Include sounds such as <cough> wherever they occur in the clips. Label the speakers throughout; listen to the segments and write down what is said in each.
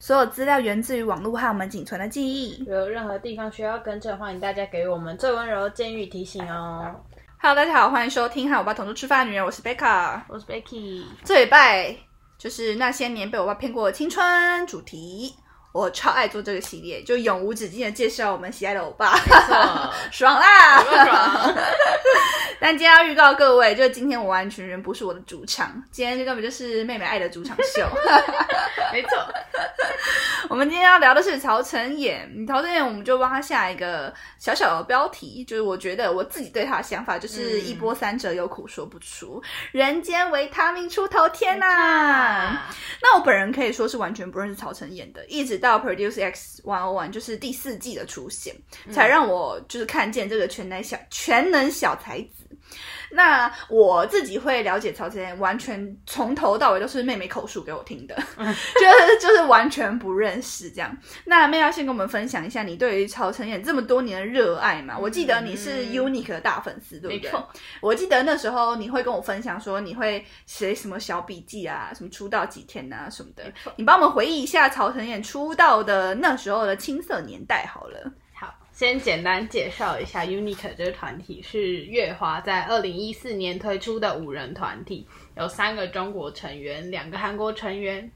Speaker 1: 所有资料源自于网络和我们仅存的记忆。
Speaker 2: 有任何地方需要更正，欢迎大家给我们最温柔的建议与提醒哦。
Speaker 1: Hello，大家好，欢迎收听《和我爸同桌吃饭的女人》，我是贝卡。
Speaker 2: 我是 Becky，
Speaker 1: 这礼拜就是那些年被我爸骗过的青春主题，我超爱做这个系列，就永无止境的介绍我们喜爱的欧巴， <laughs>
Speaker 2: 没错，
Speaker 1: 爽啦！
Speaker 2: 有没有爽
Speaker 1: <laughs> 但今天要预告各位，就是今天我完全不是我的主场，今天这根本就是妹妹爱的主场秀。
Speaker 2: 没错，
Speaker 1: 我们今天要聊的是曹承衍，曹承衍我们就帮他下一个小小的标题，就是我觉得我自己对他的想法就是
Speaker 2: 嗯
Speaker 1: 一波三折，有苦说不出，人间维他命出头天呐、
Speaker 2: 啊
Speaker 1: 那我本人可以说是完全不认识曹承衍的，一直到 Produce X One O One 就是第四季的出现，
Speaker 2: 嗯
Speaker 1: 才让我就是看见这个全能小全能小才子。那我自己会了解曹承衍，完全从头到尾都是妹妹口述给我听的，
Speaker 2: 嗯
Speaker 1: <laughs> 就是就是完全不认识这样。那妹要先跟我们分享一下你对于曹承衍这么多年的热爱嘛？我记得你是
Speaker 2: 嗯
Speaker 1: Unique 的大粉丝，对
Speaker 2: 没
Speaker 1: 不对？
Speaker 2: 错，
Speaker 1: 我记得那时候你会跟我分享说你会写什么小笔记啊，什么出道几天啊什么的
Speaker 2: 没。错。
Speaker 1: 你帮我们回忆一下曹承衍出道的那时候的青涩年代好了。
Speaker 2: 好，先简单介绍一下 Unique 这个团体，是月华在二零一四年推出的五人团体，有三个中国成员，两个韩国成员。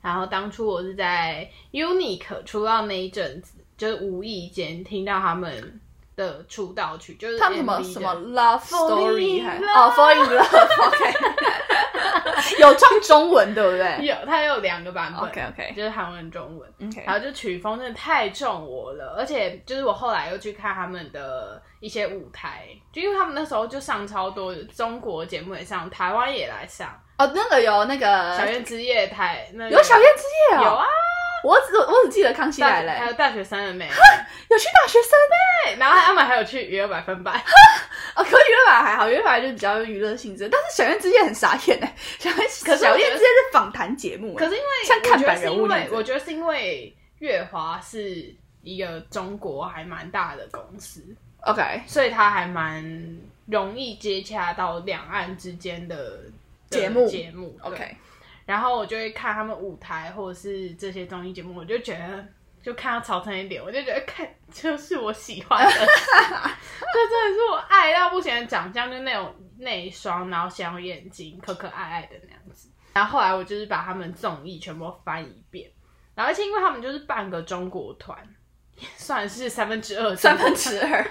Speaker 2: 然后当初我是在 Unique 出道那一阵子，就是无意间听到他们的出道曲，就是
Speaker 1: 他们什么
Speaker 2: MV 的
Speaker 1: 什么 Love
Speaker 2: Fall in
Speaker 1: Story 还
Speaker 2: Love
Speaker 1: 哦 Fall in
Speaker 2: <laughs>
Speaker 1: Love，OK，有唱中文对不对
Speaker 2: 有，它有两个版本
Speaker 1: ？OK OK
Speaker 2: 就是韩文、中文。然
Speaker 1: OK，
Speaker 2: 后就曲风真的太中我了，而且就是我后来又去看他们的一些舞台，就因为他们那时候就上超多中国节目也上，台湾也来上，
Speaker 1: 哦那个有那个
Speaker 2: 小燕之夜台那个
Speaker 1: 呃有小燕之夜
Speaker 2: 有
Speaker 1: 哦，
Speaker 2: 啊，
Speaker 1: 我只我只记得康熙
Speaker 2: 大
Speaker 1: 来
Speaker 2: 学还
Speaker 1: 了，
Speaker 2: 有大学生的美，
Speaker 1: 有去大学生呢。
Speaker 2: 对，然后他们还有去娱乐百分百，
Speaker 1: 哦，可娱乐版还好，娱乐版就比较娱乐性质，但是小燕之夜很傻眼哎、小燕
Speaker 2: 可是我觉得
Speaker 1: 小燕之夜是访谈节目、
Speaker 2: 可
Speaker 1: 欸，
Speaker 2: 是因为
Speaker 1: 像看板人物
Speaker 2: 我觉
Speaker 1: 那样子
Speaker 2: 得是因为我觉得是因为月华是一个中国还蛮大的公司，
Speaker 1: OK，
Speaker 2: 所以它还蛮容易接洽到两岸之间的的
Speaker 1: 节目
Speaker 2: 节目对
Speaker 1: OK，
Speaker 2: 然后我就会看他们舞台或者是这些综艺节目，我就觉得就看到曹承一点，我就觉得看就是我喜欢
Speaker 1: <laughs>
Speaker 2: 的，这真的是我爱到不行的长相，就那种内双，然后小眼睛，可可爱爱的那样子。然后后来我就是把他们综艺全部翻一遍，然后而且因为他们就是半个中国团，也算是三分之二
Speaker 1: 三
Speaker 2: 中国
Speaker 1: 分
Speaker 2: 团 <laughs>
Speaker 1: 之二，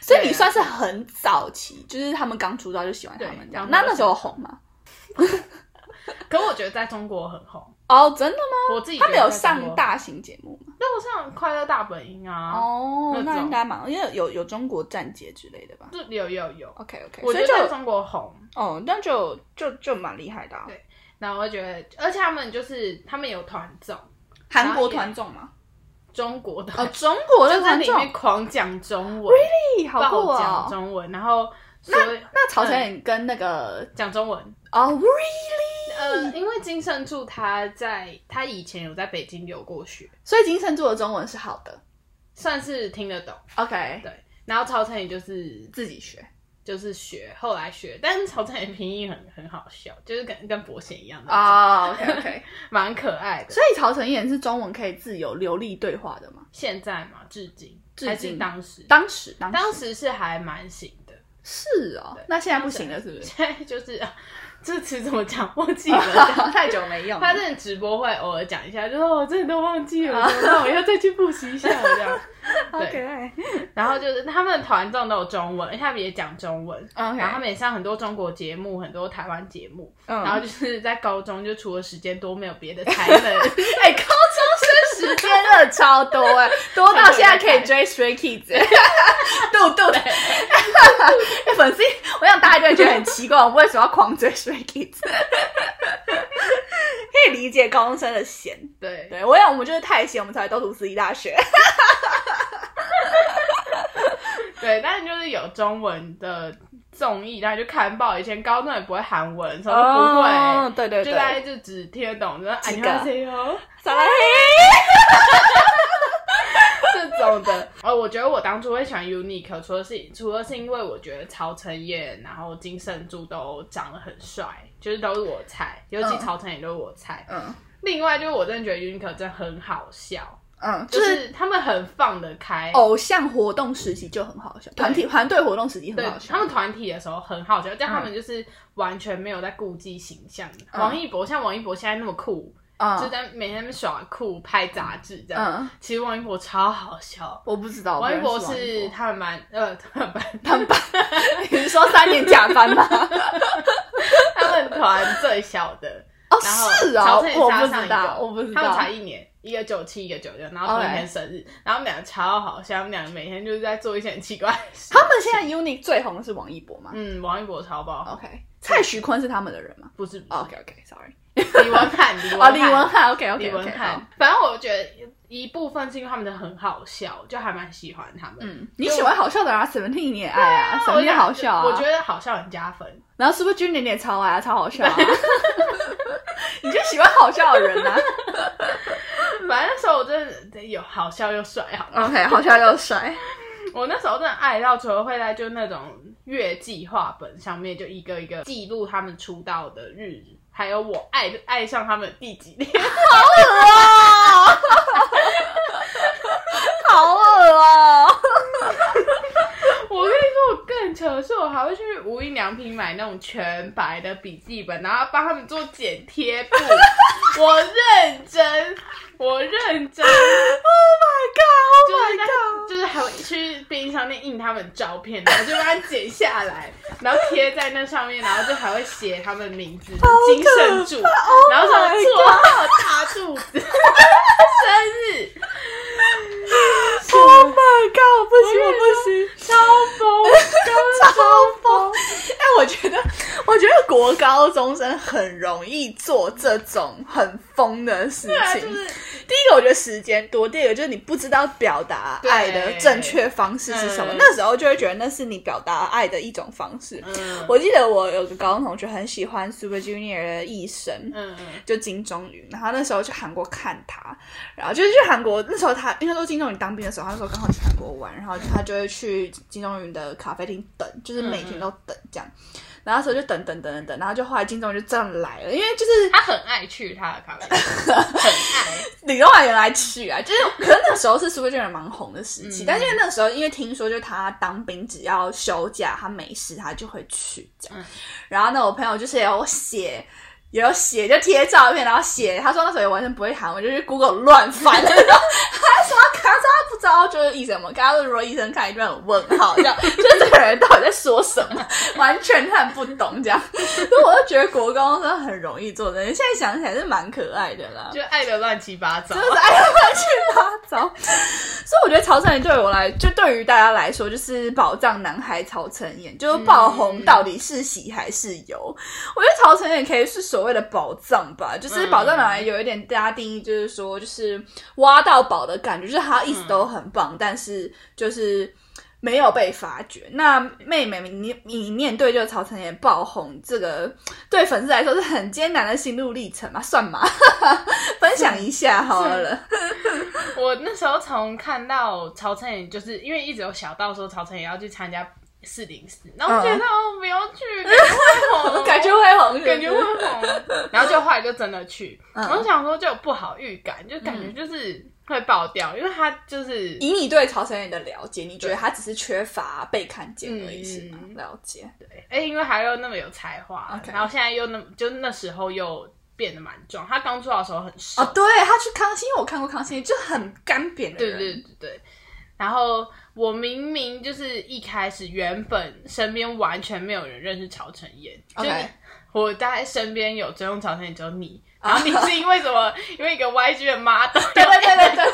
Speaker 1: 所以
Speaker 2: 对
Speaker 1: 你
Speaker 2: 啊
Speaker 1: 算是很早期，就是他们刚出道就喜欢他们这样。
Speaker 2: 对
Speaker 1: 那那时候红吗？
Speaker 2: 可我觉得在中国很红，
Speaker 1: 哦，真的吗？
Speaker 2: 我自己
Speaker 1: 他们
Speaker 2: 觉
Speaker 1: 有
Speaker 2: 得在中国
Speaker 1: 上，大型节目吗？
Speaker 2: 那我上快乐大本营啊，
Speaker 1: 哦，
Speaker 2: 那
Speaker 1: 那
Speaker 2: 种
Speaker 1: 应该蛮，因为有有中国站节之类的吧。
Speaker 2: 这有有有，
Speaker 1: OK OK，
Speaker 2: 我
Speaker 1: 所
Speaker 2: 觉
Speaker 1: 以
Speaker 2: 得
Speaker 1: 就
Speaker 2: 在中国红，
Speaker 1: 哦，那就就就蛮厉害的、啊。
Speaker 2: 对然后我觉得，而且他们就是他们有团综，
Speaker 1: 韩国团综嘛，
Speaker 2: 中国的
Speaker 1: 哦，中国的
Speaker 2: <laughs> 就在
Speaker 1: 团
Speaker 2: 里
Speaker 1: 综，
Speaker 2: 面狂讲中文，
Speaker 1: 咦好酷
Speaker 2: 爆嗯讲
Speaker 1: 哦。
Speaker 2: 中文，然后所以
Speaker 1: 那曹承衍跟那个
Speaker 2: 讲中文，
Speaker 1: 哦，Really？
Speaker 2: 呃，
Speaker 1: 嗯
Speaker 2: 因为金圣柱他在他以前有在北京留过学，
Speaker 1: 所以金圣柱的中文是好的
Speaker 2: 算是听得懂，
Speaker 1: ，OK，
Speaker 2: 对。然后曹承也就是
Speaker 1: 自己学。
Speaker 2: 就是学，后来学，但是曹承也拼音很很好笑，就是跟跟伯贤一样的
Speaker 1: 哦、o k OK，
Speaker 2: 蛮可爱的。
Speaker 1: <laughs> 所以曹承衍是中文可以自由流利对话的吗？
Speaker 2: 现在嘛，至今
Speaker 1: 至今
Speaker 2: 还是当时，
Speaker 1: 当时，当时
Speaker 2: 当时是还蛮行的， <laughs>
Speaker 1: 是哦，那现在不行了，是不是？
Speaker 2: 现在就是啊这词怎么讲忘
Speaker 1: <laughs>
Speaker 2: 记了。
Speaker 1: 太久没用了
Speaker 2: 他这种直播会偶尔讲一下，就说哦我真的都忘
Speaker 1: <laughs>
Speaker 2: 记了，那我要再去复习一下这样。
Speaker 1: 好
Speaker 2: 对
Speaker 1: 可爱。
Speaker 2: 然后就是他们团综都有中文，而且他们也讲中文。
Speaker 1: 啊 OK，
Speaker 2: 然后他们也上很多中国节目，很多台湾节目。
Speaker 1: 嗯
Speaker 2: 然后就是在高中，就除了时间多，没有别的才
Speaker 1: <laughs>
Speaker 2: 能。
Speaker 1: 哎、高中生时间真的 <laughs> 超多哎、多到现在可以追 Stray
Speaker 2: <laughs>
Speaker 1: Kids，杜 <laughs> 杜的。哎粉丝，我想大家就会觉得很奇怪，我们为什么要狂追 Stray Kids？可以理解高中生的闲，
Speaker 2: 对，
Speaker 1: 对我想我们就是太闲，我们才都读私立大学。
Speaker 2: <laughs> 对，但是就是有中文的综艺，然后就看爆。以前高中也不会韩文，什么都不会，
Speaker 1: 哦对对
Speaker 2: 就
Speaker 1: 对，
Speaker 2: 大概就只听得懂，就是哦
Speaker 1: 几
Speaker 2: 안녕
Speaker 1: 个
Speaker 2: 하세요
Speaker 1: 撒拉嘿，
Speaker 2: 这种的。 <laughs> 呃，我觉得我当初会喜欢 Unique，除了是除了是因为我觉得曹承衍，然后金圣柱都长得很帅，就是都是我菜，尤其
Speaker 1: 嗯
Speaker 2: 曹承衍都是我菜。
Speaker 1: 嗯，
Speaker 2: 另外就是我真的觉得 Uniqlo 真的很好笑，
Speaker 1: 嗯，
Speaker 2: 就
Speaker 1: 就是
Speaker 2: 是他们很放得开。
Speaker 1: 偶像活动时期就很好笑，团体团队活动时期很
Speaker 2: 对
Speaker 1: 好笑
Speaker 2: 他。们团体的时候很好笑，但他们就是完全没有在顾忌形象。王一博像王一博现在那么酷，就
Speaker 1: 嗯
Speaker 2: 在每天在那边耍酷拍杂志这样。
Speaker 1: 嗯，
Speaker 2: 其实王一博超好笑，
Speaker 1: 我不知道，我不
Speaker 2: 王一
Speaker 1: 认识
Speaker 2: 博
Speaker 1: 王
Speaker 2: 是
Speaker 1: 一博
Speaker 2: 他们班呃他们班
Speaker 1: 他们班，你是说三年假班吗？
Speaker 2: <laughs> 他们团最小的。
Speaker 1: <laughs> 哦，
Speaker 2: 然后
Speaker 1: 是
Speaker 2: 曹
Speaker 1: 哦，
Speaker 2: 晨也
Speaker 1: 我
Speaker 2: 是他
Speaker 1: 不
Speaker 2: 上
Speaker 1: 知
Speaker 2: 一个
Speaker 1: 道，我不知
Speaker 2: 他们
Speaker 1: 道嗯
Speaker 2: 才。一年，一个九七，一个九六，然后同一
Speaker 1: OK
Speaker 2: 天生日然后他们俩超好笑，他们俩每天就是在做一些很奇怪的事。
Speaker 1: 他们现在 UNI 最红的是王一博吗
Speaker 2: 嗯，王一博超爆，
Speaker 1: ？OK，蔡徐坤是他们的人吗
Speaker 2: 不是不是
Speaker 1: ？OK OK，Sorry，
Speaker 2: 李文翰，哦李
Speaker 1: 哦哦，李文
Speaker 2: 翰，
Speaker 1: 翰，OK OK
Speaker 2: 李
Speaker 1: OK，
Speaker 2: 文翰，反正我觉得一部分是因为他们的很好笑，就还蛮喜欢他们。
Speaker 1: 嗯，你喜欢好笑的啊，Seventeen 你也爱啊
Speaker 2: 我觉得
Speaker 1: ，Seventeen 好笑啊，
Speaker 2: 我觉得好笑很加分。
Speaker 1: 然后是不是君年你也超爱啊，超好笑
Speaker 2: <laughs>
Speaker 1: 啊，你就喜欢好笑的人
Speaker 2: <laughs>
Speaker 1: 啊
Speaker 2: 反正那时候我真的有好笑又帅，好吗？
Speaker 1: ，OK，好笑又帅，
Speaker 2: 我那时候真的爱到，除了会在就那种月计划本上面就一个一个记录他们出道的日子，还有我爱爱上他们第几天，
Speaker 1: 哇，好恶哦，
Speaker 2: 我跟你说，我更扯的是，我还会去无印良品买那种全白的笔记本，然后帮他们做剪贴布。我认真，我认真，
Speaker 1: ，Oh
Speaker 2: 就是在就是还会去便利商店印他们照片，然后就把它剪下来，然后贴在那上面，然后就还会写他们名字、金圣柱，然后什么绰号大肚子、 <laughs> 生日，
Speaker 1: my god，Oh oh my god，不行
Speaker 2: 我
Speaker 1: 我
Speaker 2: 跟你
Speaker 1: 不行。
Speaker 2: 超疯，
Speaker 1: 超疯！哎，我觉得，我觉得国高中生很容易做这种很疯的事
Speaker 2: 对啊，
Speaker 1: 情。
Speaker 2: 就是
Speaker 1: 第一个，我觉得时间多；第二个，就是你不知道表达
Speaker 2: 对
Speaker 1: 爱的正确方式是什么。
Speaker 2: 嗯
Speaker 1: 那时候就会觉得那是你表达爱的一种方式。
Speaker 2: 嗯
Speaker 1: 我记得我有个高中同学很喜欢 Super Junior 的艺生，
Speaker 2: 嗯嗯
Speaker 1: 就金钟宇，然后那时候去韩国看他，然后就是去韩国那时候他，因为那时候金钟宇当兵的时候，他那时候刚好去韩国玩，然后他就会去金钟宇的咖啡厅等，就是每天都等这样，然后那时候就等等等等等，然后就后来金钟宇就这样来了，因为就是
Speaker 2: 他很爱去他的咖啡
Speaker 1: <laughs>
Speaker 2: 厅，很爱。
Speaker 1: 李荣华原来去啊，就是可能那时候是 Super Junior 蛮红的时期，但是因为那时候因为听说就是他当兵只要休假他没事他就会去这样，
Speaker 2: 嗯
Speaker 1: 然后呢我朋友就是有写。也有写就贴照片，然后写他说那时候也完全不会韩文，就是 Google 乱翻，然后他说他看他说他不知道就是医生嘛，刚刚如果医生看一段很问号，这样就是这个人到底在说什么，完全看不懂这样， <laughs> 所以我就觉得国高中生很容易做这些，现在想起来是蛮可爱的啦，
Speaker 2: 就爱的乱七八糟
Speaker 1: 真，的是爱到乱七八糟。所以我觉得曹承衍对我来，就对于大家来说，就是宝藏男孩曹承衍，就是爆红到底是喜还是忧？我觉得曹承衍可以是所谓的宝藏吧，就是
Speaker 2: 嗯
Speaker 1: 宝藏男孩有一点大家定义就是说，就是挖到宝的感觉，就是他一直都很棒，但是就是。没有被发掘。那妹妹，你你面对就是曹承衍爆红这个，对粉丝来说是很艰难的心路历程嘛？算嘛， <laughs> 分享一下好了。
Speaker 2: 我那时候从看到曹承衍，就是因为一直有小道说曹承衍要去参加四零四，然后我觉得、哦不要去，感觉会红，
Speaker 1: 嗯 <laughs> 感觉会红，
Speaker 2: 感觉会
Speaker 1: 会 <laughs>
Speaker 2: 红，然后就后来就真的去，
Speaker 1: 嗯
Speaker 2: 我想说就有不好预感，就感觉就是会爆掉，因为他就是
Speaker 1: 以你对曹承衍的了解，你觉得他只是缺乏被看见而已，
Speaker 2: 嗯
Speaker 1: 是吗？了解。
Speaker 2: 哎、因为他又那么有才华
Speaker 1: OK
Speaker 2: 然后现在又那么就那时候又变得蛮壮，他刚出道的时候很瘦，
Speaker 1: 哦，对他去康熙，因为我看过康熙，就很干扁的
Speaker 2: 对
Speaker 1: 人。
Speaker 2: 对对对。然后我明明就是一开始原本身边完全没有人认识曹承衍就是
Speaker 1: OK
Speaker 2: 你我大概身边有追踪曹承衍只有你，
Speaker 1: 啊
Speaker 2: 然后你是因为什么？因为一个 YG 的
Speaker 1: <laughs>
Speaker 2: model，
Speaker 1: 对对对对对对，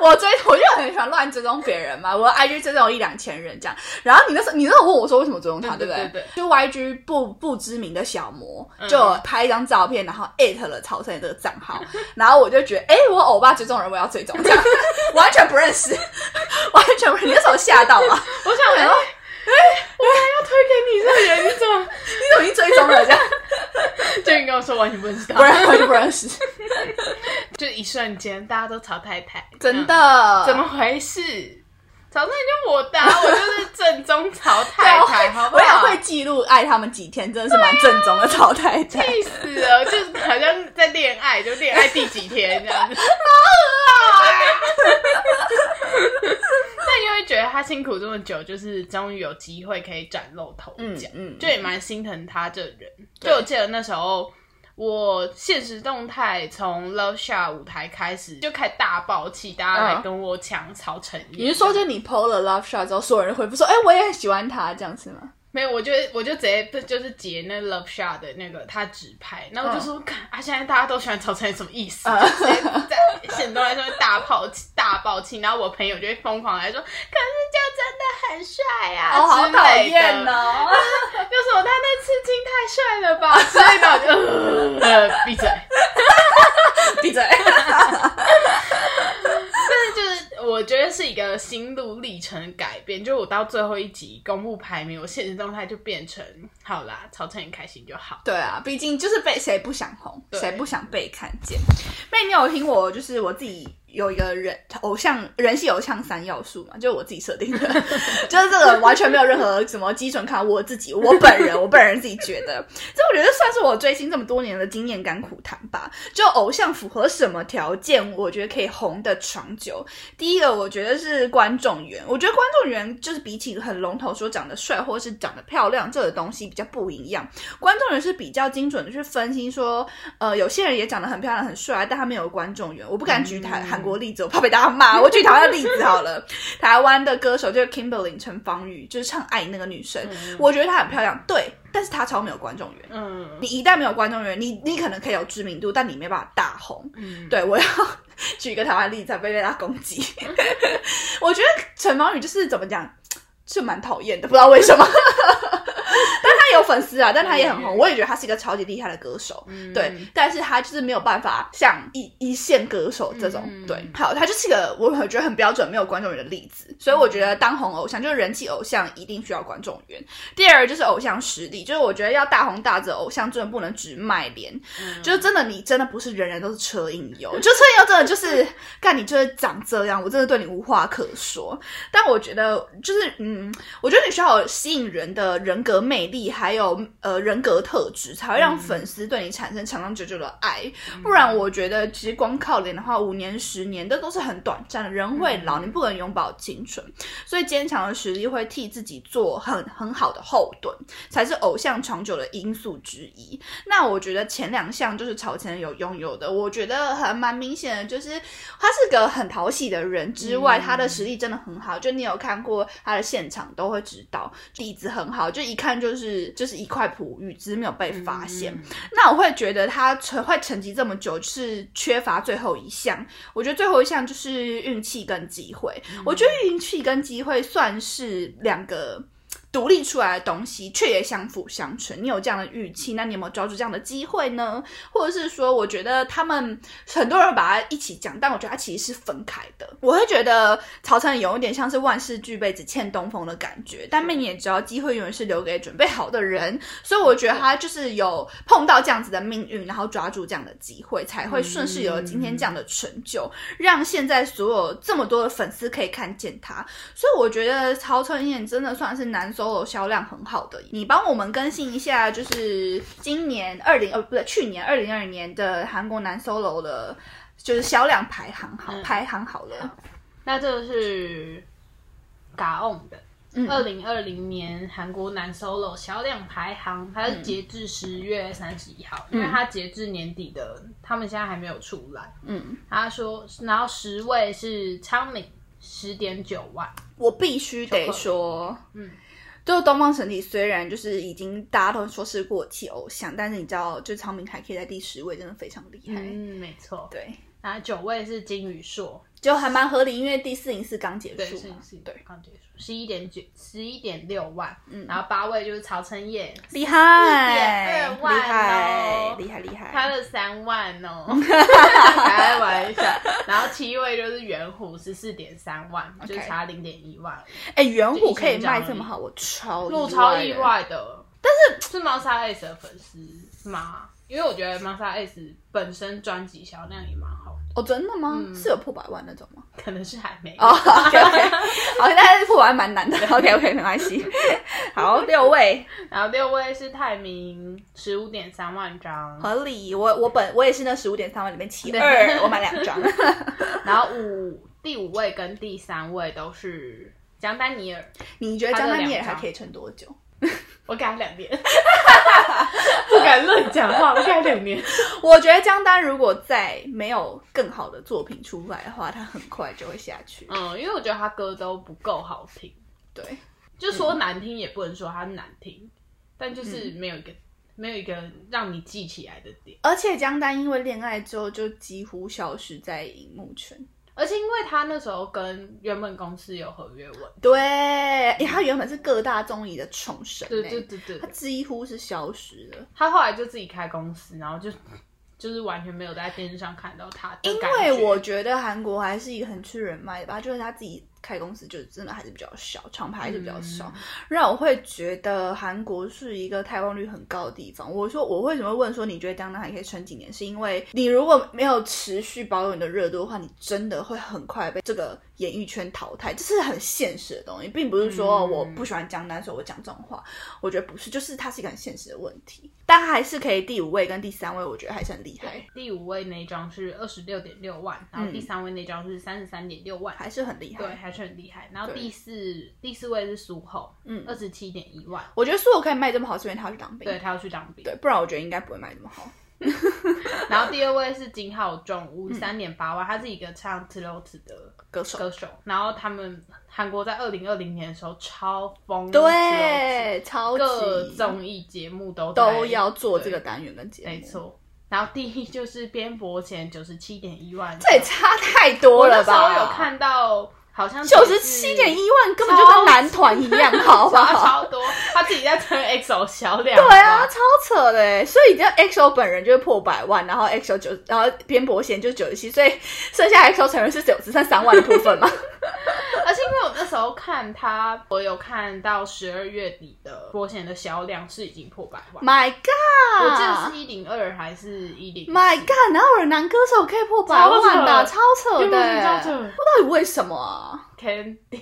Speaker 1: 我追我就很喜欢乱追踪别人嘛，我 IG 追踪有一两千人这样。然后你那时候你那时候问我说为什么追踪他，
Speaker 2: 对
Speaker 1: 不
Speaker 2: 对
Speaker 1: 对？
Speaker 2: 对对嗯
Speaker 1: 就 YG 不不知名的小魔就拍一张照片，然后艾特了曹承衍这个账号， <laughs> 然后我就觉得，哎、我欧巴追踪人，我要追踪这样， <laughs> 完全不认识， <laughs> 完全不认识，你那时候吓到吗？
Speaker 2: 我想哎、
Speaker 1: 然后
Speaker 2: 我还要推给你这个人，你怎么？
Speaker 1: <laughs> 你怎么已经追踪了
Speaker 2: <laughs>
Speaker 1: 这样？
Speaker 2: 就你跟我说完全不知
Speaker 1: 不
Speaker 2: 道，
Speaker 1: 然我就不认识，
Speaker 2: 嗯就一瞬间大家都曹太太，
Speaker 1: 真
Speaker 2: 嗯、
Speaker 1: 的。
Speaker 2: 怎么回事？早上就我答，我就是正宗曹太
Speaker 1: <laughs>
Speaker 2: 太，好不
Speaker 1: 啊我
Speaker 2: 啊
Speaker 1: 也
Speaker 2: 好？
Speaker 1: 会记录爱他们几天，真的是蛮正宗的曹太太。
Speaker 2: 气死了，就是好像在恋爱，就恋爱第几天这样子，好恶啊！但又会觉得他辛苦这么久，就是终于有机会可以崭露头
Speaker 1: 嗯
Speaker 2: 角，
Speaker 1: 嗯，
Speaker 2: 就也蛮心疼他这人。就我记得那时候。我现实动态从 Love Shot 舞台开始就开始大爆气，大家来
Speaker 1: 嗯
Speaker 2: 跟我抢曹承
Speaker 1: 你
Speaker 2: 彦。
Speaker 1: 是说，就你 PO 了 Love Shot 之后，所有人回复说，哎、我也很喜欢他，这样是吗？
Speaker 2: 没有，我就我就直接就是截那 Love Shot 的那个他直拍，然后我就说，看、啊，现在大家都喜欢曹承彦什么意思？
Speaker 1: 嗯
Speaker 2: 就直接在显动在上面大炮大爆气，然后我朋友就会疯狂来说，可是就真的很帅呀、啊，之类的 <laughs>
Speaker 1: 哦！
Speaker 2: 就说他那刺青太帅了吧之类的，我就呃呃闭嘴。
Speaker 1: 闭嘴。
Speaker 2: 但就是我觉得是一个心路历程的改变，就我到最后一集公布排名，我现实动态就变成好啦，曹承彦开心就好。
Speaker 1: <laughs> 对啊，毕竟就是被谁不想红，
Speaker 2: 对
Speaker 1: 谁不想被看见？妹，你有听我就是我自己有一个人偶像人系偶像三要素嘛，就是我自己设定的，
Speaker 2: <laughs>
Speaker 1: 就是这个完全没有任何什么基准看我自己，我本人我本人自己觉得，这我觉得算是我追星这么多年的经验甘苦谈吧。就偶像符合什么条件，我觉得可以红的长久。第一个，我觉得是观众缘。我觉得观众缘就是比起很笼统说长得帅或是长得漂亮这个东西比较不一样。观众缘是比较精准的去分析说，呃，有些人也长得很漂亮很帅，但他没有观众缘。我不敢举台
Speaker 2: 嗯
Speaker 1: 韩国例子，我怕被大家骂。我举台湾的例子好了，台湾的歌手就是 Kimberly 陈芳玉，就是唱《爱》那个女生，
Speaker 2: 嗯
Speaker 1: 我觉得她很漂亮，对，但是她超没有观众缘。
Speaker 2: 嗯
Speaker 1: 你一旦没有观众缘，你你可能可以有知名度，但你没办法大红。
Speaker 2: 嗯，
Speaker 1: 对我要 <laughs> 举一个台湾例子，才被大家攻击。 <laughs> 我觉得陈芳宇就是怎么讲，是蛮讨厌的，不知道为什么。 <laughs> 但他有粉丝啊，但他也很红，我也觉得他是一个超级厉害的歌手。
Speaker 2: 嗯
Speaker 1: 对，但是他就是没有办法像一一线歌手这种，
Speaker 2: 嗯
Speaker 1: 对，好，他就是一个我觉得很标准没有观众缘的例子，所以我觉得当红偶像就是人气偶像一定需要观众缘。第二就是偶像实力，就是我觉得要大红大紫，偶像真的不能只卖脸，
Speaker 2: 嗯
Speaker 1: 就是真的你真的不是人人都是车影优，就车影优真的就是干你就是长这样，我真的对你无话可说。但我觉得就是嗯，我觉得你需要有吸引人的人格魅力，还有呃人格特质，才会让
Speaker 2: 嗯
Speaker 1: 粉丝对你产生长长久久的爱。不然我觉得其实光靠脸的话，五年十年这都是很短暂的，人会老，你不能永葆青春。所以坚强的实力会替自己做很很好的后盾，才是偶像长久的因素之一。那我觉得前两项就是朝前有拥有的，我觉得还蛮明显的，就是他是个很讨喜的人之外，
Speaker 2: 嗯
Speaker 1: 他的实力真的很好，就你有看过他的现场都会知道底子很好，就一看就是就是一块璞玉，只是没有
Speaker 2: 嗯
Speaker 1: 被发现。 <laughs> 那我会觉得他成会沉寂这么久是缺乏最后一项，我觉得最后一项就是运气跟机会。我觉得运气跟机会算是两个。独立出来的东西，却也相辅相成。你有这样的运气，那你有没有抓住这样的机会呢？或者是说，我觉得他们很多人把它一起讲，但我觉得它其实是分开的。我会觉得曹承有一点像是万事俱备只欠东风的感觉，但妹你也知道，机会永远是留给准备好的人，所以我觉得他就是有碰到这样子的命运，然后抓住这样的机会，才会顺势有了今天这样的成就，让现在所有这么多的粉丝可以看见他。所以我觉得曹承彦真的算是男 solo 销量很好的。你帮我们更新一下，就是今年二零呃不对，去年二零二零年的韩国男 solo 的，就是销量排行好、
Speaker 2: 嗯
Speaker 1: 排行好了。
Speaker 2: 那这个是 Gaon 的
Speaker 1: 嗯，
Speaker 2: 二零二零年韩国男 solo 销量排行，它是截至十月三十一号，因为它截至年底的，他们现在还没有出来。
Speaker 1: 嗯，
Speaker 2: 他说，然后十位是昌敏，十点九万，
Speaker 1: 我必须得说，
Speaker 2: 嗯，
Speaker 1: 就是东方神起虽然就是已经大家都说是过气偶像，但是你知道，就是昌明还可以在第十位，真的非常厉害。
Speaker 2: 嗯，没错。
Speaker 1: 对，
Speaker 2: 然后九位是金宇硕，
Speaker 1: 就还蛮合理，因为第四名是刚结
Speaker 2: 对，
Speaker 1: 束
Speaker 2: 是
Speaker 1: 嘛。
Speaker 2: 是，
Speaker 1: 对，
Speaker 2: 刚结束，十一点九，十一点六万，
Speaker 1: 嗯
Speaker 2: 然后八位就是曹承彦，
Speaker 1: 厉害，
Speaker 2: 4.2
Speaker 1: 厉
Speaker 2: 万
Speaker 1: 害
Speaker 2: 哦，
Speaker 1: 厉害，厉
Speaker 2: 开
Speaker 1: 害。
Speaker 2: 了三万哦，开玩笑。然后七位就是圆虎是四点三万，
Speaker 1: OK
Speaker 2: 就是差零点一万，
Speaker 1: 哎，元虎可以卖这么好，我超
Speaker 2: 我超意
Speaker 1: 意的。
Speaker 2: 外的。但是是 Masa S 的粉丝吗？因为我觉得 Masa S 本身专辑销量也蛮好
Speaker 1: 哦，真的吗？
Speaker 2: 嗯
Speaker 1: 是有破百万那种吗？ <laughs>
Speaker 2: 可能是还没
Speaker 1: 哦、o k OK，好，但是破百万蛮难的。OK <laughs> OK，没关系。好，六位
Speaker 2: 然后六位是泰明，十五点三万张，
Speaker 1: 合理。我我本我也是那十五点三万里面其
Speaker 2: 对
Speaker 1: 二，我买两
Speaker 2: <laughs>
Speaker 1: 张。
Speaker 2: 然后五第五位跟第三位都是江丹尼尔，
Speaker 1: 你觉得江丹尼尔
Speaker 2: 他的两张
Speaker 1: 还可以撑多久？
Speaker 2: 我给他两年， <laughs> 不敢乱讲话，我给他两年。
Speaker 1: 我觉得江丹如果再没有更好的作品出来的话，他很快就会下去。
Speaker 2: 嗯，因为我觉得他歌都不够好听，
Speaker 1: 对，
Speaker 2: 就说
Speaker 1: 嗯
Speaker 2: 难听也不能说他难听，但就是没有一个、没有一个让你记起来的点。
Speaker 1: 而且江丹因为恋爱之后就几乎消失在荧幕圈。
Speaker 2: 而且因为他那时候跟原本公司有合约问，
Speaker 1: 对，欸他原本是各大综艺的宠神、欸，
Speaker 2: 对对对对
Speaker 1: 他，几乎是消失了。
Speaker 2: 他后来就自己开公司，然后就就是完全没有在电视上看到他的
Speaker 1: 因
Speaker 2: 感觉。
Speaker 1: 为我觉得韩国还是一个很吃人脉的吧，就是他自己开公司，就是真的还是比较少，厂牌还是比
Speaker 2: 嗯
Speaker 1: 较少，让我会觉得韩国是一个开放率很高的地方。我说我为什么会问说你觉得江南还可以撑几年，是因为你如果没有持续保有你的热度的话，你真的会很快被这个演艺圈淘汰，这是很现实的东西，并不是说
Speaker 2: 嗯
Speaker 1: 我不喜欢江南，所以我讲这种话，我觉得不是，就是它是一个很现实的问题。但还是可以第五位跟第三位，我觉得还是很厉害
Speaker 2: 对。第五位那一张是二十六点六万，然后第三位那张是三十三点六万，
Speaker 1: 嗯还是很厉害，
Speaker 2: 对，还是很厉害。然后
Speaker 1: 对
Speaker 2: 第四第四位是苏后，
Speaker 1: 嗯
Speaker 2: 二十七点一万，
Speaker 1: 我觉得苏有可以卖这么好，是因为他要去当兵。
Speaker 2: 对他要去当兵。
Speaker 1: 对，不然我觉得应该不会卖这么好。
Speaker 2: 然后第二位是金浩中，五十三点八万，他是一个唱 t l o t 的
Speaker 1: 歌嗯手
Speaker 2: 歌手。然后他们韩国在二零二零年的时候超疯，，
Speaker 1: 对，超
Speaker 2: 各
Speaker 1: 级
Speaker 2: 综艺节目都在
Speaker 1: 都要做这个，单元跟节
Speaker 2: 对
Speaker 1: 目，
Speaker 2: 没。错。然后第一就是边伯贤九十七点一万，
Speaker 1: 这也差太多
Speaker 2: 我那
Speaker 1: 了
Speaker 2: 时
Speaker 1: 吧？
Speaker 2: 候有看到，好像
Speaker 1: 九十七点一万，根本就跟男团一样，好不
Speaker 2: 差
Speaker 1: 好？
Speaker 2: <laughs> 超多，他自己在撑 XO 小两，
Speaker 1: 对啊，，超扯的欸所以你知道 XO 本人就会破百万，然后 XO 九，然后边伯贤就九十七，所以 <laughs> 剩下 XO 成员是只有只剩三万的部分
Speaker 2: <laughs>
Speaker 1: 嘛？
Speaker 2: 而且因为我那时候看他，我有看到十二月底的伯贤的销量是已经破百万，
Speaker 1: My
Speaker 2: 我
Speaker 1: God，
Speaker 2: 记得是一零二还是一零
Speaker 1: 啊 My God，哪有人男歌手可以破百万的、超扯的、欸！
Speaker 2: 这
Speaker 1: 不到底为什么啊？
Speaker 2: Candy，
Speaker 1: 可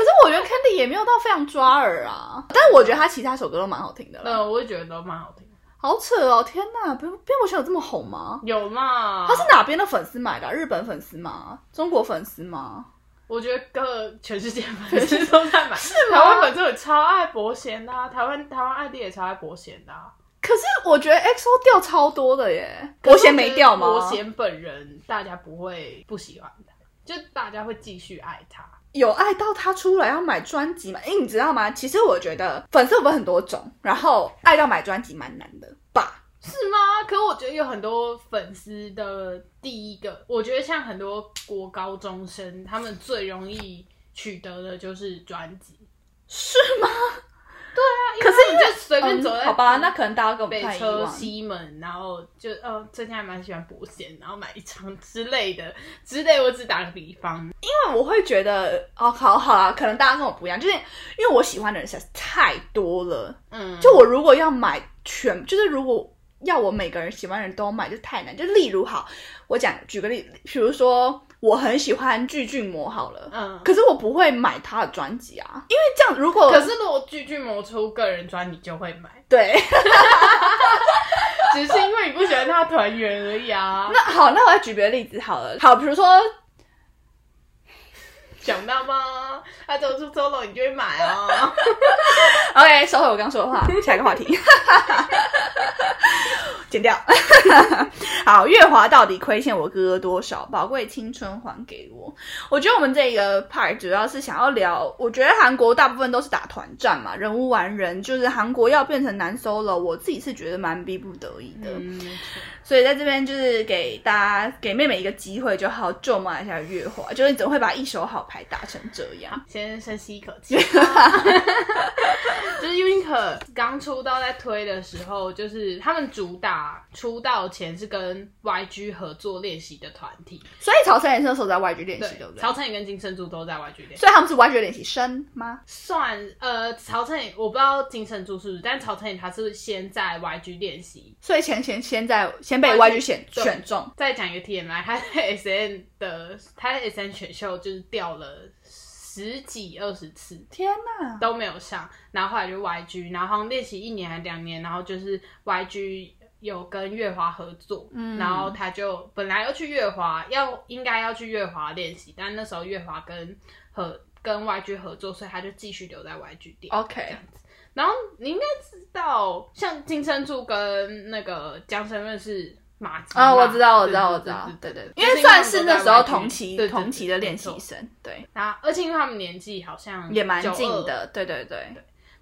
Speaker 1: 是我觉得 Candy 也没有到非常抓耳啊，但我觉得他其他首歌都蛮好听的啦。
Speaker 2: 嗯，我也觉得都蛮好听的，
Speaker 1: 好扯哦！天哪，边边伯贤有这么红吗？
Speaker 2: 有嘛？
Speaker 1: 他是哪边的粉丝买的啊、日本粉丝吗？中国粉丝吗？
Speaker 2: 我觉得各全世界粉丝都
Speaker 1: <laughs>
Speaker 2: 在买，是
Speaker 1: 吗
Speaker 2: 台湾粉丝也超爱伯贤的、啊，台湾台湾爱弟也超爱伯贤的、啊。
Speaker 1: 可是我觉得 XO 掉超多的耶，伯贤没掉吗？
Speaker 2: 伯贤本人大家不会不喜欢他，就大家会继续爱他。
Speaker 1: 有爱到他出来要买专辑嘛？因为你知道吗？其实我觉得粉丝有分很多种，然后爱到买专辑蛮难的吧。
Speaker 2: 是吗？可我觉得有很多粉丝的第一个，我觉得像很多国高中生，他们最容易取得的就是专辑。
Speaker 1: 是吗？
Speaker 2: 对啊，可是你就随便走在、
Speaker 1: 嗯好吧，那可能大家跟我们
Speaker 2: 北
Speaker 1: 太一
Speaker 2: 车
Speaker 1: 样。
Speaker 2: 西门，然后就呃，最近还蛮喜欢伯贤，然后买一张之类的 <laughs> 之类，我只打个比方。
Speaker 1: 因为我会觉得，哦，好好啊，可能大家跟我不一样，就是因为我喜欢的人实在是太多了。
Speaker 2: 嗯，
Speaker 1: 就我如果要买全，就是如果要我每个人喜欢的人都买，就太难。就例如好，我讲举个例，比如说我很喜欢具俊模好了，
Speaker 2: 嗯，
Speaker 1: 可是我不会买他的专辑啊，因为这样如果
Speaker 2: 可是如果句句磨出个人专，你就会买，
Speaker 1: 对，
Speaker 2: 只是因为你不喜欢他团员而已啊。
Speaker 1: 那好，那我来举别的例子好了。好，比如说
Speaker 2: 想到吗？他走出 solo，你就会买
Speaker 1: <laughs>
Speaker 2: 啊。
Speaker 1: OK，收回我刚说的话， <laughs> 下一个话题，剪掉。 <laughs> 好，月华到底亏欠我哥哥多少？宝贵青春还给我。我觉得我们这个 part 主要是想要聊，我觉得韩国大部分都是打团战嘛，人无完人，就是韩国要变成男 solo，我自己是觉得蛮逼不得已的。
Speaker 2: 嗯，
Speaker 1: 所以在这边就是给大家给妹妹一个机会，就好好咒骂一下月华，就是你怎么会把一手好牌打成这样？ <laughs>
Speaker 2: 先深吸一口气，就是因为 Super 刚出道在推的时候，就是他们主打出道前是跟 YG 合作练习的团体，
Speaker 1: 所以曹晨也是那时候在 YG 练习，对不对？
Speaker 2: 曹晨也跟金圣洙都在 YG 练习。
Speaker 1: 所以他们是 YG 练习生吗？
Speaker 2: 算呃，曹晨也我不知道金圣洙是不是，但曹晨也他是先在 YG 练习，
Speaker 1: 所以前前先在先被
Speaker 2: YG
Speaker 1: YG 选
Speaker 2: 对
Speaker 1: 选中，
Speaker 2: 再讲一个 TMI，他在 SN 的他在 SN 选秀就是掉了十几二十次，
Speaker 1: 天哪！
Speaker 2: 都没有上，然后后来就 YG，然后好像练习一年还两年，然后就是 YG 有跟月华合作，
Speaker 1: 嗯
Speaker 2: 然后他就本来要去月华，要应该要去月华练习，但那时候月华跟和跟 YG 合作，所以他就继续留在 YG 练。
Speaker 1: OK，
Speaker 2: 然后你应该知道，像金生柱跟那个江生润是马吉
Speaker 1: 啊，
Speaker 2: 嘛
Speaker 1: 我知道，我
Speaker 2: 对
Speaker 1: 知道，
Speaker 2: 对
Speaker 1: 我知道，
Speaker 2: 对
Speaker 1: 对
Speaker 2: 对
Speaker 1: 对
Speaker 2: 对，，
Speaker 1: 因为算是那时候同期
Speaker 2: 对对对
Speaker 1: 同期的
Speaker 2: 没
Speaker 1: 练
Speaker 2: 错
Speaker 1: 习生，对，
Speaker 2: 然后而且因为他们年纪好像
Speaker 1: 也蛮
Speaker 2: 92
Speaker 1: 近的，对对对，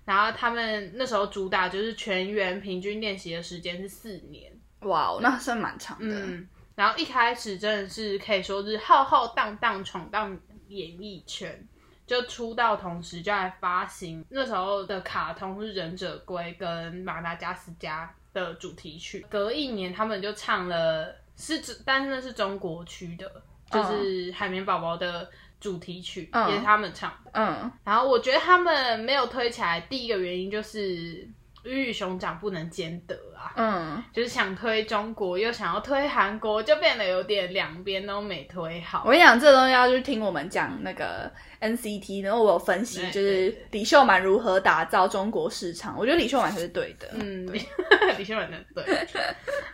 Speaker 2: 然后他们那时候主打就是全员平均练习的时间是四年，
Speaker 1: 哇哦，那算蛮长的，
Speaker 2: 嗯，然后一开始真的是可以说是浩浩荡荡闯荡演艺圈，就出道同时就来发行那时候的卡通是《忍者龟》跟《马达加斯加》的主题曲，隔一年他们就唱了是指，但是那是中国区的，就是《海绵宝宝》的主题曲，
Speaker 1: 嗯
Speaker 2: 也是他们唱的。
Speaker 1: 嗯，
Speaker 2: 然后我觉得他们没有推起来，第一个原因就是鱼与熊掌不能兼得啊，
Speaker 1: 嗯，
Speaker 2: 就是想推中国又想要推韩国，就变得有点两边都没推好
Speaker 1: 我。跟你讲，这东西要去听我们讲那个 NCT，然后我有分析
Speaker 2: 对，
Speaker 1: 就是李秀满如何打造中国市场，我觉得李秀满才是对的，
Speaker 2: 嗯， <laughs> 李秀满的对，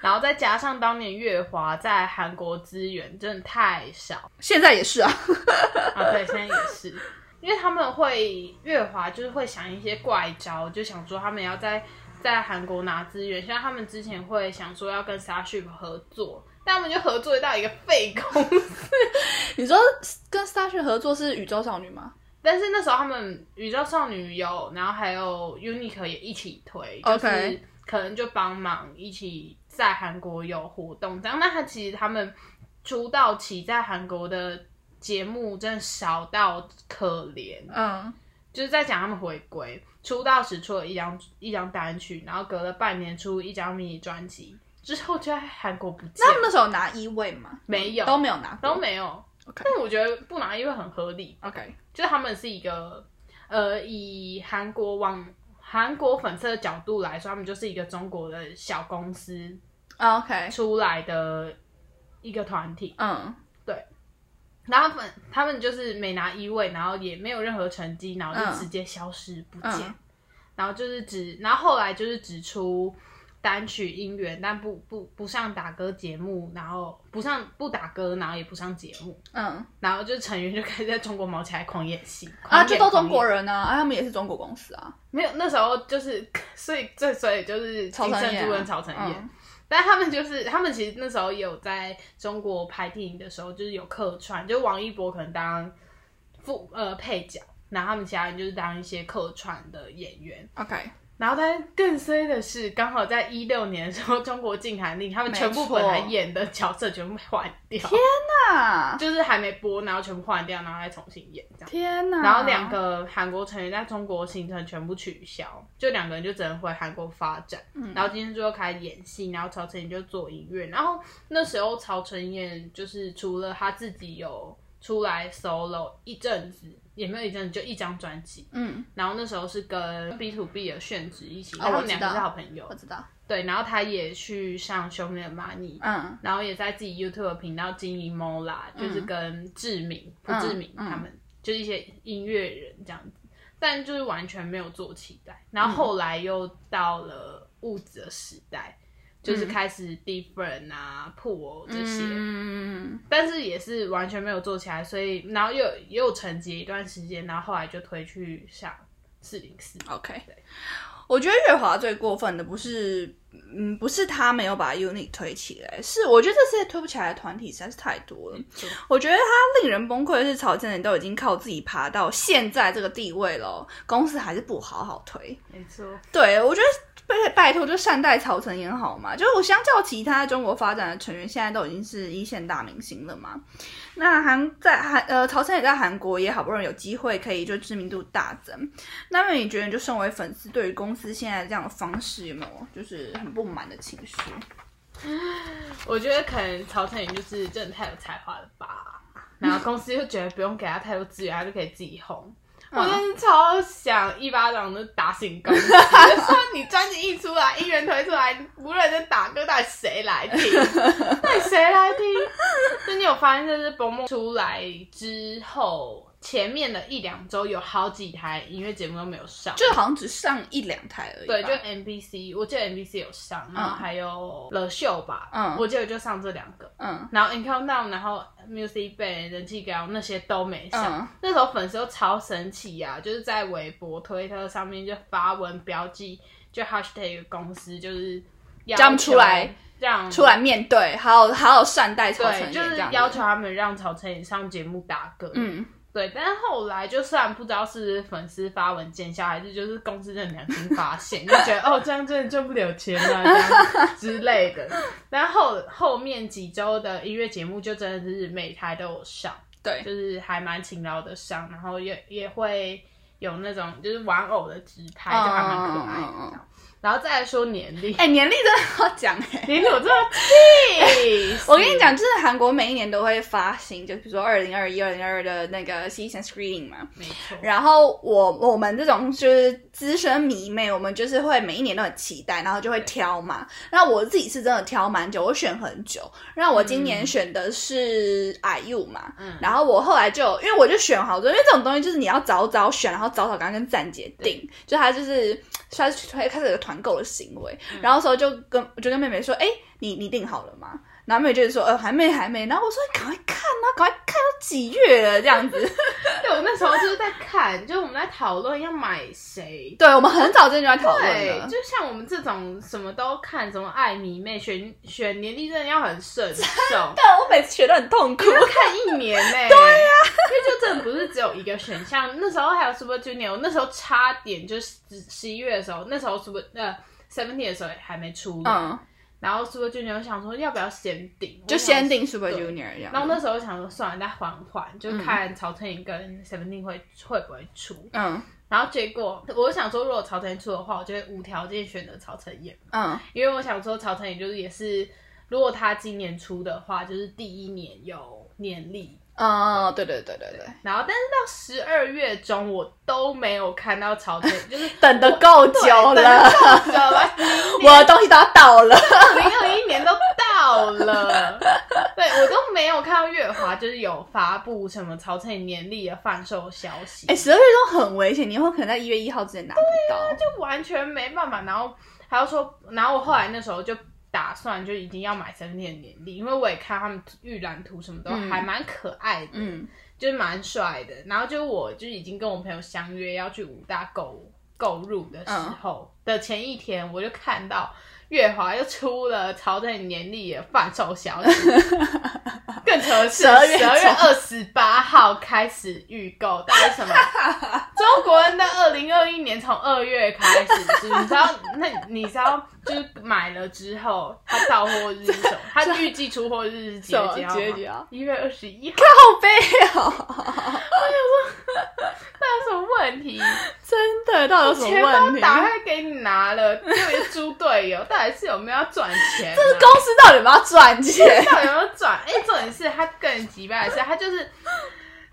Speaker 2: 然后再加上当年月华在韩国资源真的太少
Speaker 1: 现在也是啊， <laughs>
Speaker 2: 啊，对，现在也是，因为他们会月华就是会想一些怪招，就想说他们要在在韩国拿资源，像他们之前会想说要跟 s a s h 合作，但他们就合作到一个废公司。
Speaker 1: 你说跟 Starship 合作是宇宙少女吗？
Speaker 2: <laughs> 但是那时候他们宇宙少女有，然后还有 Unique 也一起推
Speaker 1: OK
Speaker 2: 就是可能就帮忙一起在韩国有活动这样。那他其实他们出道起在韩国的节目真的少到可怜，
Speaker 1: 嗯，
Speaker 2: 就是在讲他们回归出道时出了一张一张单曲，然后隔了半年出一张迷你专辑，之后就在韩国不见
Speaker 1: 那他们那时候有拿一位吗？
Speaker 2: 没有
Speaker 1: 都没有拿过，
Speaker 2: 都没有。
Speaker 1: OK
Speaker 2: 但我觉得不拿因为很合理，
Speaker 1: OK，
Speaker 2: 就是他们是一个呃，以韩国网韩国粉丝的角度来说，他们就是一个中国的小公司
Speaker 1: 啊 OK，
Speaker 2: 出来的一个团体。
Speaker 1: 嗯
Speaker 2: 然后粉他们就是没拿一位，然后也没有任何成绩，然后就
Speaker 1: 嗯
Speaker 2: 直接消失不见。
Speaker 1: 嗯
Speaker 2: 然后就是只，然后后来就是只出单曲音源，但不不不上打歌节目，然后不上不打歌，然后也不上节目，
Speaker 1: 嗯，
Speaker 2: 然后就成员就开始在中国毛起来狂演戏
Speaker 1: 啊，就都中
Speaker 2: 人。狂演
Speaker 1: 国人啊，啊，他们也是中国公司啊，
Speaker 2: 没有，那时候就是， <laughs> 所以最所以就是金
Speaker 1: 曹
Speaker 2: 圣
Speaker 1: 承
Speaker 2: 洙
Speaker 1: 彦啊嗯
Speaker 2: 跟曹承彦，但他们就是他们其实那时候也有在中国拍电影的时候，就是有客串，就王一博可能当副呃配角，然后他们其他人就是当一些客串的演员。
Speaker 1: OK，
Speaker 2: 然后，但更衰的是，刚好在一六年的时候，中国禁韩令，他们全部
Speaker 1: 没错
Speaker 2: 本来演的角色全部换掉，
Speaker 1: 那
Speaker 2: 就是还没播，然后全部换掉，然后再重新演这样。
Speaker 1: 天哪，
Speaker 2: 然后两个韩国成员在中国行程全部取消，就两个人就只能回韩国发展。
Speaker 1: 嗯
Speaker 2: 然后今天就开始演戏，然后曹承彦就做音乐。然后那时候曹承彦就是除了他自己有出来 solo 一阵子，也没有一阵子，就一张专辑。
Speaker 1: 嗯，
Speaker 2: 然后那时候是跟 B to B 的炫子一起，
Speaker 1: 哦
Speaker 2: 他
Speaker 1: 我
Speaker 2: 们
Speaker 1: 知
Speaker 2: 两个
Speaker 1: 道
Speaker 2: 是好朋友
Speaker 1: 我。知道，
Speaker 2: 对，然后他也去上《兄弟的 Money》，
Speaker 1: 嗯
Speaker 2: 然后也在自己 YouTube 的频道经营 Mola，、就是跟志明、朴志明
Speaker 1: 嗯
Speaker 2: 他们，就是一些音乐人这样子，但就是完全没有做起来。然后后来又到了物质的时代，就是开始 Different 啊、酷偶这些，
Speaker 1: 嗯，
Speaker 2: 但是也是完全没有做起来，所以然后又有也有沉寂一段时间，然后后来就推去上四零四。
Speaker 1: OK，
Speaker 2: 对
Speaker 1: 我觉得月华最过分的不是，嗯，不是他没有把 UNI 推起来，是我觉得这些推不起来的团体实在是太多了。我觉得他令人崩溃的是，曹建仁都已经靠自己爬到现在这个地位了，公司还是不好好推。
Speaker 2: 没错，
Speaker 1: 对我觉得被拜托，就善待曹承衍好吗？就是我相较其他中国发展的成员，现在都已经是一线大明星了嘛。那韩在韩呃，曹承也在韩国也好不容易有机会可以就知名度大增。那么你觉得，你就身为粉丝，对于公司现在这样的方式，有没有就是很不满的情绪？
Speaker 2: 我觉得可能曹承衍就是真的太有才华了吧，然后公司就觉得不用给他太多资源，他就可以自己红。我真是超想一巴掌就打醒公司，就说你专辑一出来，音源推出来，无论是打歌，到底谁来听？ <laughs> 到底谁来听？那你有发现，就是蹦蹦出来之后，前面的一两周有好几台音乐节目都没有上，
Speaker 1: 就好像只上一两台而已吧。
Speaker 2: 对，就嗯 MBC，我记得 MBC 有上，然后还有了秀吧，
Speaker 1: 嗯
Speaker 2: 我记得就上这两个，
Speaker 1: 嗯
Speaker 2: 然后 Encounter，Down，然后 Music Bank 人气高那些都没上，
Speaker 1: 嗯
Speaker 2: 那时候粉丝都超生气呀、就是在微博、推特上面就发文标记，就 Hashtag 公司就是要
Speaker 1: 叫他们出来
Speaker 2: 求让
Speaker 1: 出。来面对，好好好善待曹承
Speaker 2: 对，
Speaker 1: 衍
Speaker 2: 就是
Speaker 1: 这样子。
Speaker 2: 要求他们让曹承衍上节目打歌。，
Speaker 1: 嗯，
Speaker 2: 对。但是后来就虽然不知道是不是粉丝发文见效，还是就是公司的良心发现，就觉得哦这样真的赚不了钱啊这样之类的。然后后后面几周的音乐节目就真的是每台都有上。
Speaker 1: 对，
Speaker 2: 就是还蛮勤劳的上，然后也也会有那种就是玩偶的直拍，
Speaker 1: 嗯
Speaker 2: 就还蛮可爱的这
Speaker 1: 嗯嗯
Speaker 2: 样。然后再来说年龄， <laughs>
Speaker 1: 哎、年历真的要讲哎、
Speaker 2: 年龄我真的气死，
Speaker 1: 我跟你讲，就是韩国每一年都会发行，就比如说二零二一、二零二的那个 season screening 嘛。
Speaker 2: 没错，
Speaker 1: 然后我我们这种就是资深迷妹，我们就是会每一年都很期待，然后就会挑嘛。那我自己是真的挑蛮久，我选很久。然后我今年选的是 IU 嘛，
Speaker 2: 嗯
Speaker 1: 然后我后来就因为我就选好多，因为这种东西就是你要早早选，然后早早赶快跟站姐订，就他就是他推开始有团购的行为。然后时候就跟我就跟妹妹说，哎、你你订好了吗？然后妹妹就是说，呃，还没，还没。然后我说，赶快看啊，赶快看，都几月了这样子。 <laughs>
Speaker 2: 对我那时候就是在看，就是我们在讨论要买谁。
Speaker 1: 对，我们很早之前就在讨论
Speaker 2: 对
Speaker 1: 了，。，
Speaker 2: 就像我们这种什么都看，什么爱迷妹，选选年历真的要很慎重
Speaker 1: 但啊我每次学得很痛苦。
Speaker 2: 要看一年呢、对呀、因为就真的不是只有一个选项。那时候还有 Super Junior，我那时候差点就是十一月的时候，那时候 Super 呃 Seventeen 的时候还没出，
Speaker 1: <laughs> 嗯，
Speaker 2: 然后 Super Junior 我想说要不要先顶，
Speaker 1: 就
Speaker 2: 我想
Speaker 1: 先。定 Super
Speaker 2: 对
Speaker 1: Junior 这样。
Speaker 2: 然后那时候我想说，算了，再缓缓，就看曹承颖跟 Seventeen 会会不会出。
Speaker 1: 嗯
Speaker 2: 然后结果，我想说，如果曹承颖出的话，我就会无条件选择曹承颖。
Speaker 1: 嗯
Speaker 2: 因为我想说曹承颖就是也是，如果他今年出的话，就是第一年有年历，
Speaker 1: 嗯，对对对对对，
Speaker 2: 然后但是到十二月中我都没有看到曹承，就是
Speaker 1: 等的够
Speaker 2: 对
Speaker 1: <laughs> 久
Speaker 2: 等得
Speaker 1: 了，
Speaker 2: 够久了，明
Speaker 1: 我的东西都要到了。
Speaker 2: 零二一年都到了，对我都没有看到月华就是有发布什么曹承颖年历的贩售消息，
Speaker 1: 哎，十二月都很危险，你有可能在一月一号之前拿不到。
Speaker 2: 就完全没办法。然后还要说，然后我后来那时候就打算就一定要买三天的年历，因为我也看他们预览图什么都
Speaker 1: 嗯
Speaker 2: 还蛮可爱的，
Speaker 1: 嗯，
Speaker 2: 就是蛮帅的。然后就我就已经跟我朋友相约要去武大购购入的时候、的前一天，我就看到月华又出了朝着你年历的贩售消息，更扯是十
Speaker 1: 12
Speaker 2: 二
Speaker 1: 月
Speaker 2: 月
Speaker 1: 中
Speaker 2: 二十八号开始预购，到底什么？中国人的二零二一年从二月开始，你知道？那你知道就是买了之后，他到货日是什么？他预计出货日是几月几号
Speaker 1: 什么几月
Speaker 2: 吗？
Speaker 1: 几号
Speaker 2: 一月二十一号。
Speaker 1: 靠背哦， <laughs>
Speaker 2: 那有什么问题？
Speaker 1: 真的，到底有什
Speaker 2: 钱
Speaker 1: 么问
Speaker 2: 包
Speaker 1: 题？
Speaker 2: 打开给你拿了，又一个猪队友，到底是有没有要赚钱、啊？
Speaker 1: 这是公司到底有没有赚钱？
Speaker 2: 到底有没有转？哎、重点是他更急败的是，他就是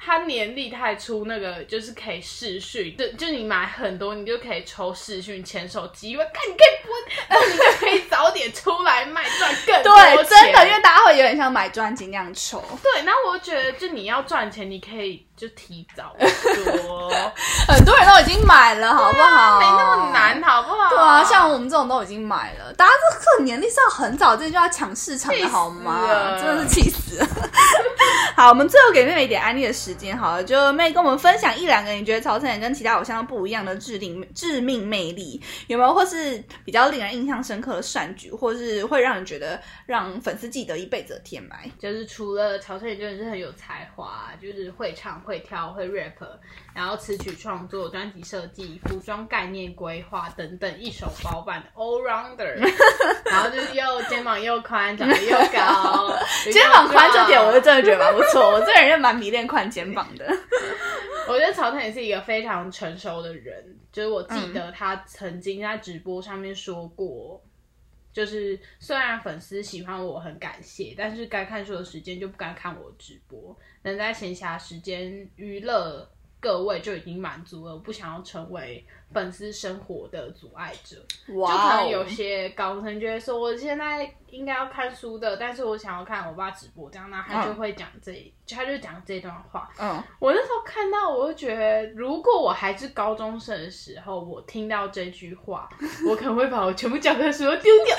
Speaker 2: 他年历太出那个，就是可以试训，就就你买很多，你就可以抽试训签手机，我看你可以不，你可以早点出来卖赚更多钱。
Speaker 1: 对，真的，因为大家会有点像买专辑那样抽。
Speaker 2: 对，那我觉得就你要赚钱，你可以就提
Speaker 1: <laughs>
Speaker 2: 早说，
Speaker 1: 很多人都已经买了，好不好？
Speaker 2: 啊没那么难，。好不好？
Speaker 1: 对啊，像我们这种都已经买了，大家这个年龄是要很早之前就要抢市场
Speaker 2: 气
Speaker 1: 的
Speaker 2: 死
Speaker 1: 好吗？
Speaker 2: 了
Speaker 1: 真的是气死了。 <laughs> 好，我们最后给妹妹一点安利的时间，好了，就妹跟我们分享一两个你觉得曹承衍跟其他偶像都不一样的致命致命魅力，有没有？或是比较令人印象深刻的善举，或是会让人觉得让粉丝记得一辈子的天埋？
Speaker 2: 就是除了曹承宇真的是很有才华，就是会唱会跳会 rap，然后词曲创作、专辑设计、服装概念规划等等，一手包办的
Speaker 1: <laughs>
Speaker 2: all rounder，然后就是又肩膀又宽，长得又
Speaker 1: <laughs>
Speaker 2: 高，
Speaker 1: 肩膀宽这点，我是
Speaker 2: 就
Speaker 1: 真的觉得蛮不错。我这个人就蛮迷恋宽肩膀的。
Speaker 2: 我觉得曹腾也是一个非常成熟的人，就是我记得他曾经在直播上面说过，就是虽然粉丝喜欢我很感谢，但是该看书的时间就不该看我直播，能在闲暇时间娱乐各位就已经满足了，我不想要成为粉丝生活的阻碍者。就可能
Speaker 1: 哦
Speaker 2: 有些高中生就会说，我现在应该要看书的，但是我想要看我爸直播这样，那他就会讲这，他就讲这段话。
Speaker 1: 嗯，
Speaker 2: 我那时候看到，我就觉得，如果我还是高中生的时候，我听到这句话，我可能会把我全部教科书都丢掉，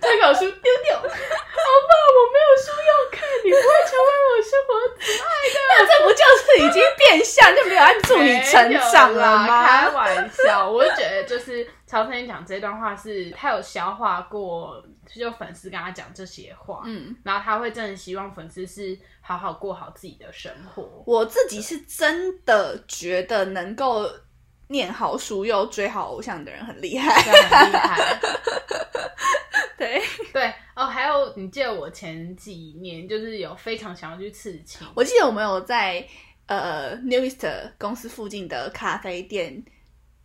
Speaker 2: 参考书丢掉。好吧，我没有书要看，你不会成为我生活阻碍的。
Speaker 1: 那这不就是已经变相就没有在 <laughs> 助你成长了
Speaker 2: 没有啦开
Speaker 1: 吗？
Speaker 2: 玩笑，我就觉得就是曹晨讲这段话是他有消化过，就粉丝跟他讲这些话，
Speaker 1: 嗯，
Speaker 2: 然后他会真的希望粉丝是好好过好自己的生活。 <laughs>
Speaker 1: 我自己是真的觉得能够念好书又追好偶像的人很厉害。
Speaker 2: 这样很厉害，
Speaker 1: <laughs> 对，
Speaker 2: 对哦，还有你记得我前几年就是有非常想要去刺青，
Speaker 1: 我记得我们有在呃 Newist 公司附近的咖啡店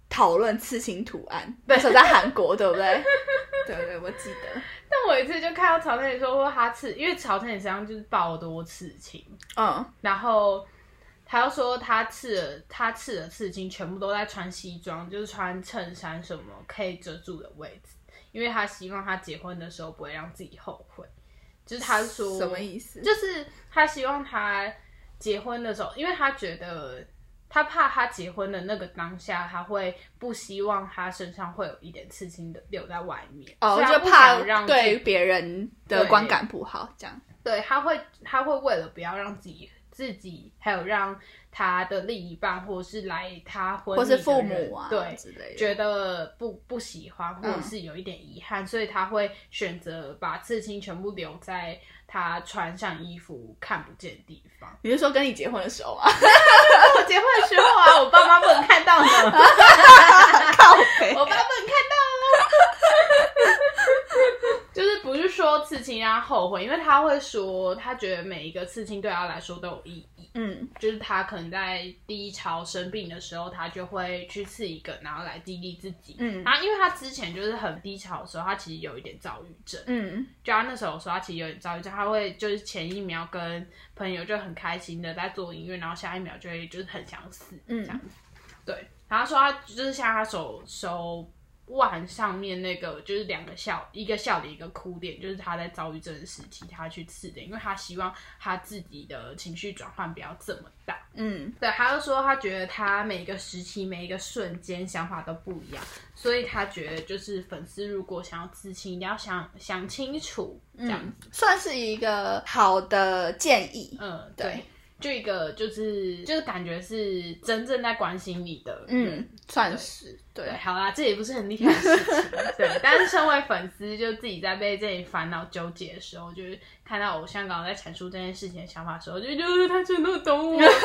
Speaker 1: 讨论刺青图案，那时候在韩国，对不 <laughs> 对？对对，我记得。
Speaker 2: 但我有一次就看到曹晨也说过他刺，因为曹晨也身上就是爆多刺青，
Speaker 1: 嗯，
Speaker 2: 然后他又说他刺了他刺的刺青全部都在穿西装，就是穿衬衫什么可以遮住的位置，因为他希望他结婚的时候不会让自己后悔。就是他说
Speaker 1: 什么意思？
Speaker 2: 就是他希望他结婚的时候，因为他觉得他怕他结婚的那个当下，他会不希望他身上会有一点刺青的留在外面，
Speaker 1: 哦，
Speaker 2: 所以他
Speaker 1: 就
Speaker 2: 不
Speaker 1: 怕
Speaker 2: 想让自
Speaker 1: 对
Speaker 2: 己
Speaker 1: 别人的
Speaker 2: 对
Speaker 1: 观感不好，这样。
Speaker 2: 对，他会他会为了不要让自己自己，还有让他的另一半，或是来他婚
Speaker 1: 或
Speaker 2: 礼
Speaker 1: 是
Speaker 2: 的人
Speaker 1: 父母啊，
Speaker 2: 对，
Speaker 1: 之类的，
Speaker 2: 觉得不不喜欢，或者是有一点遗
Speaker 1: 嗯
Speaker 2: 憾，所以他会选择把刺青全部留在他穿上衣服看不见的地方。
Speaker 1: 你是说跟你结婚的时候
Speaker 2: <laughs>
Speaker 1: 啊？
Speaker 2: 我结婚的时候啊，我爸妈不能看到呢。
Speaker 1: 靠北
Speaker 2: 我爸不能看到了。就是不是说刺青让他后悔，因为他会说他觉得每一个刺青对他来说都有意义。
Speaker 1: 嗯，
Speaker 2: 就是他可能在低潮生病的时候，他就会去刺一个，然后来激励自己。
Speaker 1: 嗯
Speaker 2: 然后因为他之前就是很低潮的时候，他其实有一点躁郁症。
Speaker 1: 嗯，
Speaker 2: 就他那时候说他其实有点躁郁症，他会就是前一秒跟朋友就很开心的在做音乐，然后下一秒就会就是很想死，
Speaker 1: 嗯
Speaker 2: 这样子。对，然后他说他就是像他手手腕上面那个就是两个笑，一个笑脸一个哭脸，就是他在躁郁症的时期他去刺的，因为他希望他自己的情绪转换不要这么大。
Speaker 1: 嗯，
Speaker 2: 对，他就说他觉得他每一个时期、每一个瞬间想法都不一样，所以他觉得就是粉丝如果想要自清，一定要想想清楚这样子。
Speaker 1: 嗯算是一个好的建议。
Speaker 2: 嗯，
Speaker 1: 对
Speaker 2: 对，就一个就是就是感觉是真正在关心你的人。
Speaker 1: 嗯，算是对
Speaker 2: 对，好啦，这也不是很厉害的事情，
Speaker 1: <laughs>
Speaker 2: 对。但是身为粉丝，就自己在被这里烦恼纠结的时候，就是看到偶像刚刚在阐述这件事情的想法的时候，就觉得他真的
Speaker 1: <laughs>
Speaker 2: 懂我，真的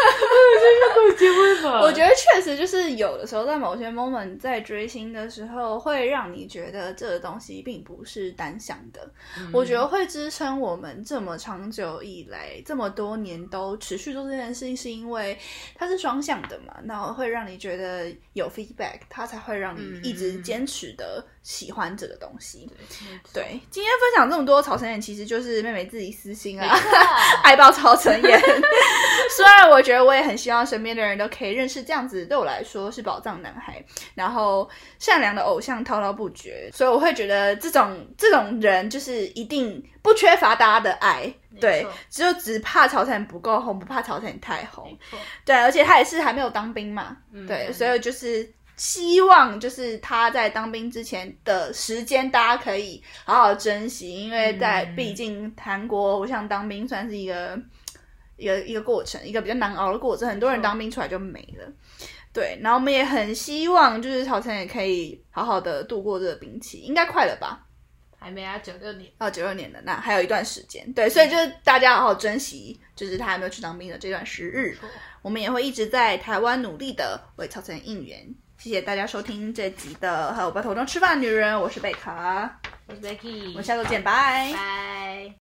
Speaker 2: 跟我结婚吧。
Speaker 1: 我觉得确实就是有的时候在某些 moment 在追星的时候，会让你觉得这个东西并不是单向的。
Speaker 2: 嗯
Speaker 1: 我觉得会支撑我们这么长久以来这么多年都持续做这件事情，是因为它是双向的嘛，那会让你觉得有 feedback，它才会让你一直
Speaker 2: 嗯
Speaker 1: 坚持的喜欢这个东西。
Speaker 2: 对，
Speaker 1: 对，今天分享这么多曹承衍，其实就是妹妹自己私心啊
Speaker 2: <laughs> 没。错
Speaker 1: 爱爆超成眼。 <laughs> 虽然我觉得我也很希望身边的人都可以认识这样子，对我来说是宝藏男孩，然后善良的偶像滔滔不绝，所以我会觉得这种这种人就是一定不缺乏大家的爱。对
Speaker 2: 错，
Speaker 1: 只有只怕曹成不够红，不怕曹成太红
Speaker 2: 没。错
Speaker 1: 对，而且他也是还没有当兵嘛，
Speaker 2: 嗯
Speaker 1: 对，所以就是希望就是他在当兵之前的时间，大家可以好好珍惜，因为在
Speaker 2: 嗯
Speaker 1: 毕竟韩国偶像当兵算是一个一个一个过程，一个比较难熬的过程，很多人
Speaker 2: 没错
Speaker 1: 当兵出来就没了。对，然后我们也很希望，就是曹晨也可以好好的度过这个兵期，应该快了吧？
Speaker 2: 还没啊，九六年。
Speaker 1: 到九六年的那还有一段时间，对，所以就是大家好好珍惜，就是他还没有去当兵的这段时日
Speaker 2: 错。
Speaker 1: 我们也会一直在台湾努力的为超成应援。谢谢大家收听这集的《和我爸头中吃饭的女人》，我是贝卡，
Speaker 2: 我是 Becky，
Speaker 1: 我们下周见，拜。
Speaker 2: 拜。